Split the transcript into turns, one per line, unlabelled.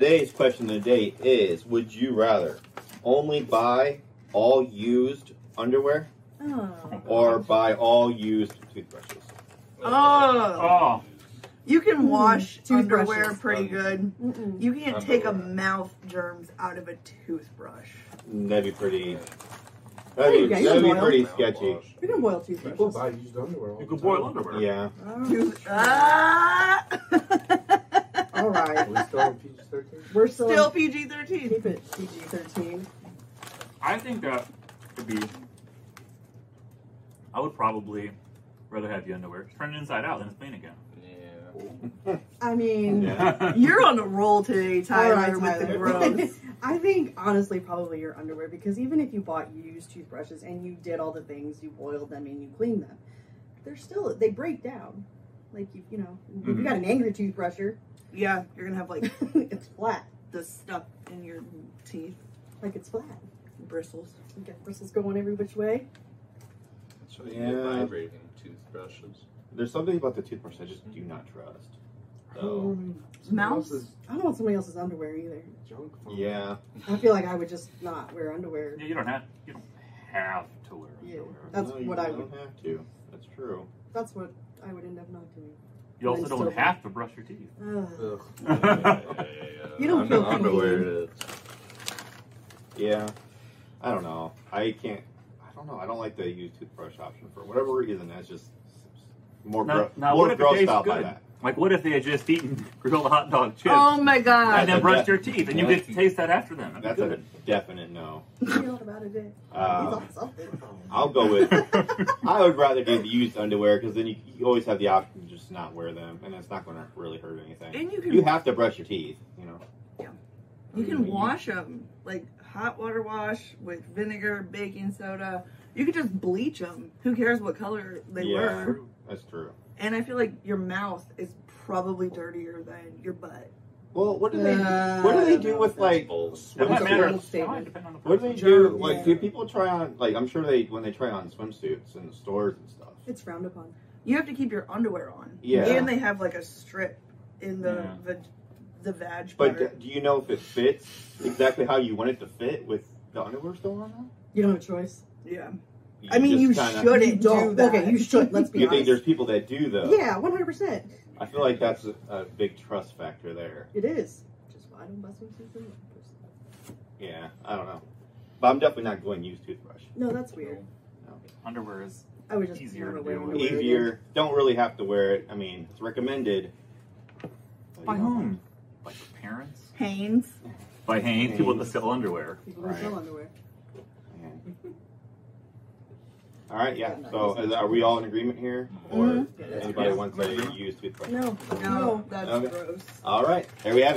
Today's question of the day is Would you rather only buy all used underwear
Oh.
or buy all used toothbrushes?
Oh,
Oh,
you can wash
Toothbrushes.
underwear pretty good.
Mm-mm.
You can't take a
Underwear.
mouth germs out of a toothbrush.
That'd be pretty.
There you
That'd be,
go.
that'd be
Well,
pretty sketchy.
You can boil
People
toothbrushes.
buy used underwear. all
you
the
could boil
time.
underwear.
Yeah.
Tooth- ah!
All right.
We're still on PG thirteen.
We're still,
Still PG thirteen.
keep it PG-13.
I think that would be. I would probably rather have the underwear. Turn it inside out, then it's clean again.
Yeah.
I mean,
Yeah.
You're on a roll today,
all
Tyler,
right,
with the
Tyler.
gross.
I think honestly, probably your underwear because even if you bought used toothbrushes and you did all the things, you boiled them and you cleaned them, they're still they break down. Like you, you know, if you
Mhm.
got an angry toothbrusher,
yeah, you're gonna have like
it's flat.
the stuff in your teeth,
Like it's flat.
bristles.
You got bristles going every which way.
So you get
Yeah.
vibrating toothbrushes.
There's something about the toothbrush I just do not trust. So,
Mouse?
I don't want somebody else's underwear either.
Junk
Hmm.
phone.
yeah.
I feel like I would just not wear underwear.
Yeah, you don't have you don't have to wear
Yeah.
underwear.
That's
No, you
what I
don't
would-
have to. That's true.
That's what I would end up not doing.
You also
Mine's
don't
still-
have to brush your teeth.
Ugh.
Ugh.
You don't
Under-
feel
underwear. is-
Yeah. I don't know. I can't. I don't know. I don't like the used toothbrush option for whatever reason. That's just more
Now-
gro-
now what
more
if it
grossed
tastes
out by
good?
that.
Like, what if they had just eaten grilled hot dog chips
Oh my
I
and
god.
know.
then brushed their teeth, and you
Yeah.
get to taste that after them? That'd
That's
be
a
good.
definite no.
You know about it. eh? He's
Um,
on something.
I'll go with. I would rather do the used underwear because then you, you always have the option to just not wear them, and it's not going to really hurt anything.
And you can
You have to brush your teeth, you know.
You can wash them like hot water wash with vinegar, baking soda. You could just bleach them. Who cares what color they
Yeah.
were?
That's true.
And I feel like your mouth is probably dirtier than your butt.
Well, what do they
Uh,
what do they do with
that's
like
Bulls.
That might
Swimsuit.
matter.
Bold
That might
statement.
depend on the
what do
person.
they do
Germs.
like do people try on like I'm sure they when they try on swimsuits in the stores and stuff.
It's frowned upon.
You have to keep your underwear on.
Yeah.
And they have like a strip in the
Yeah.
vag- the vag
But
part.
d- do you know if it fits exactly how you want it to fit with the underwear still on? Them?
You don't have a choice.
yeah. I mean,
just
you
kinda-
should- Couldn't
You don't.
do that.
Okay, you should. Let's be
You think
honest.
there's people that do though?
yeah, one hundred percent.
I feel like that's a, a big trust factor there.
It is. Just why don't bust them to the person.
Yeah, I don't know, but I'm definitely not going to use toothbrush.
No, that's weird.
Underwear is
I would just
Easier
never
to
wear
do.
underwear again.
Easier. Don't really have to wear it. I mean, it's recommended. But,
by
you know,
whom? By your parents?
Hanes.
By Haynes, people that sell underwear.
People don't sell
Right.
underwear.
man. All right, yeah. So, is, are we all in agreement here, or
Mhm.
Mm-hmm.
Yeah, that's
anybody
gross.
wants a used toothbrush?
No,
No, that's
Okay.
gross.
All right, there we have it.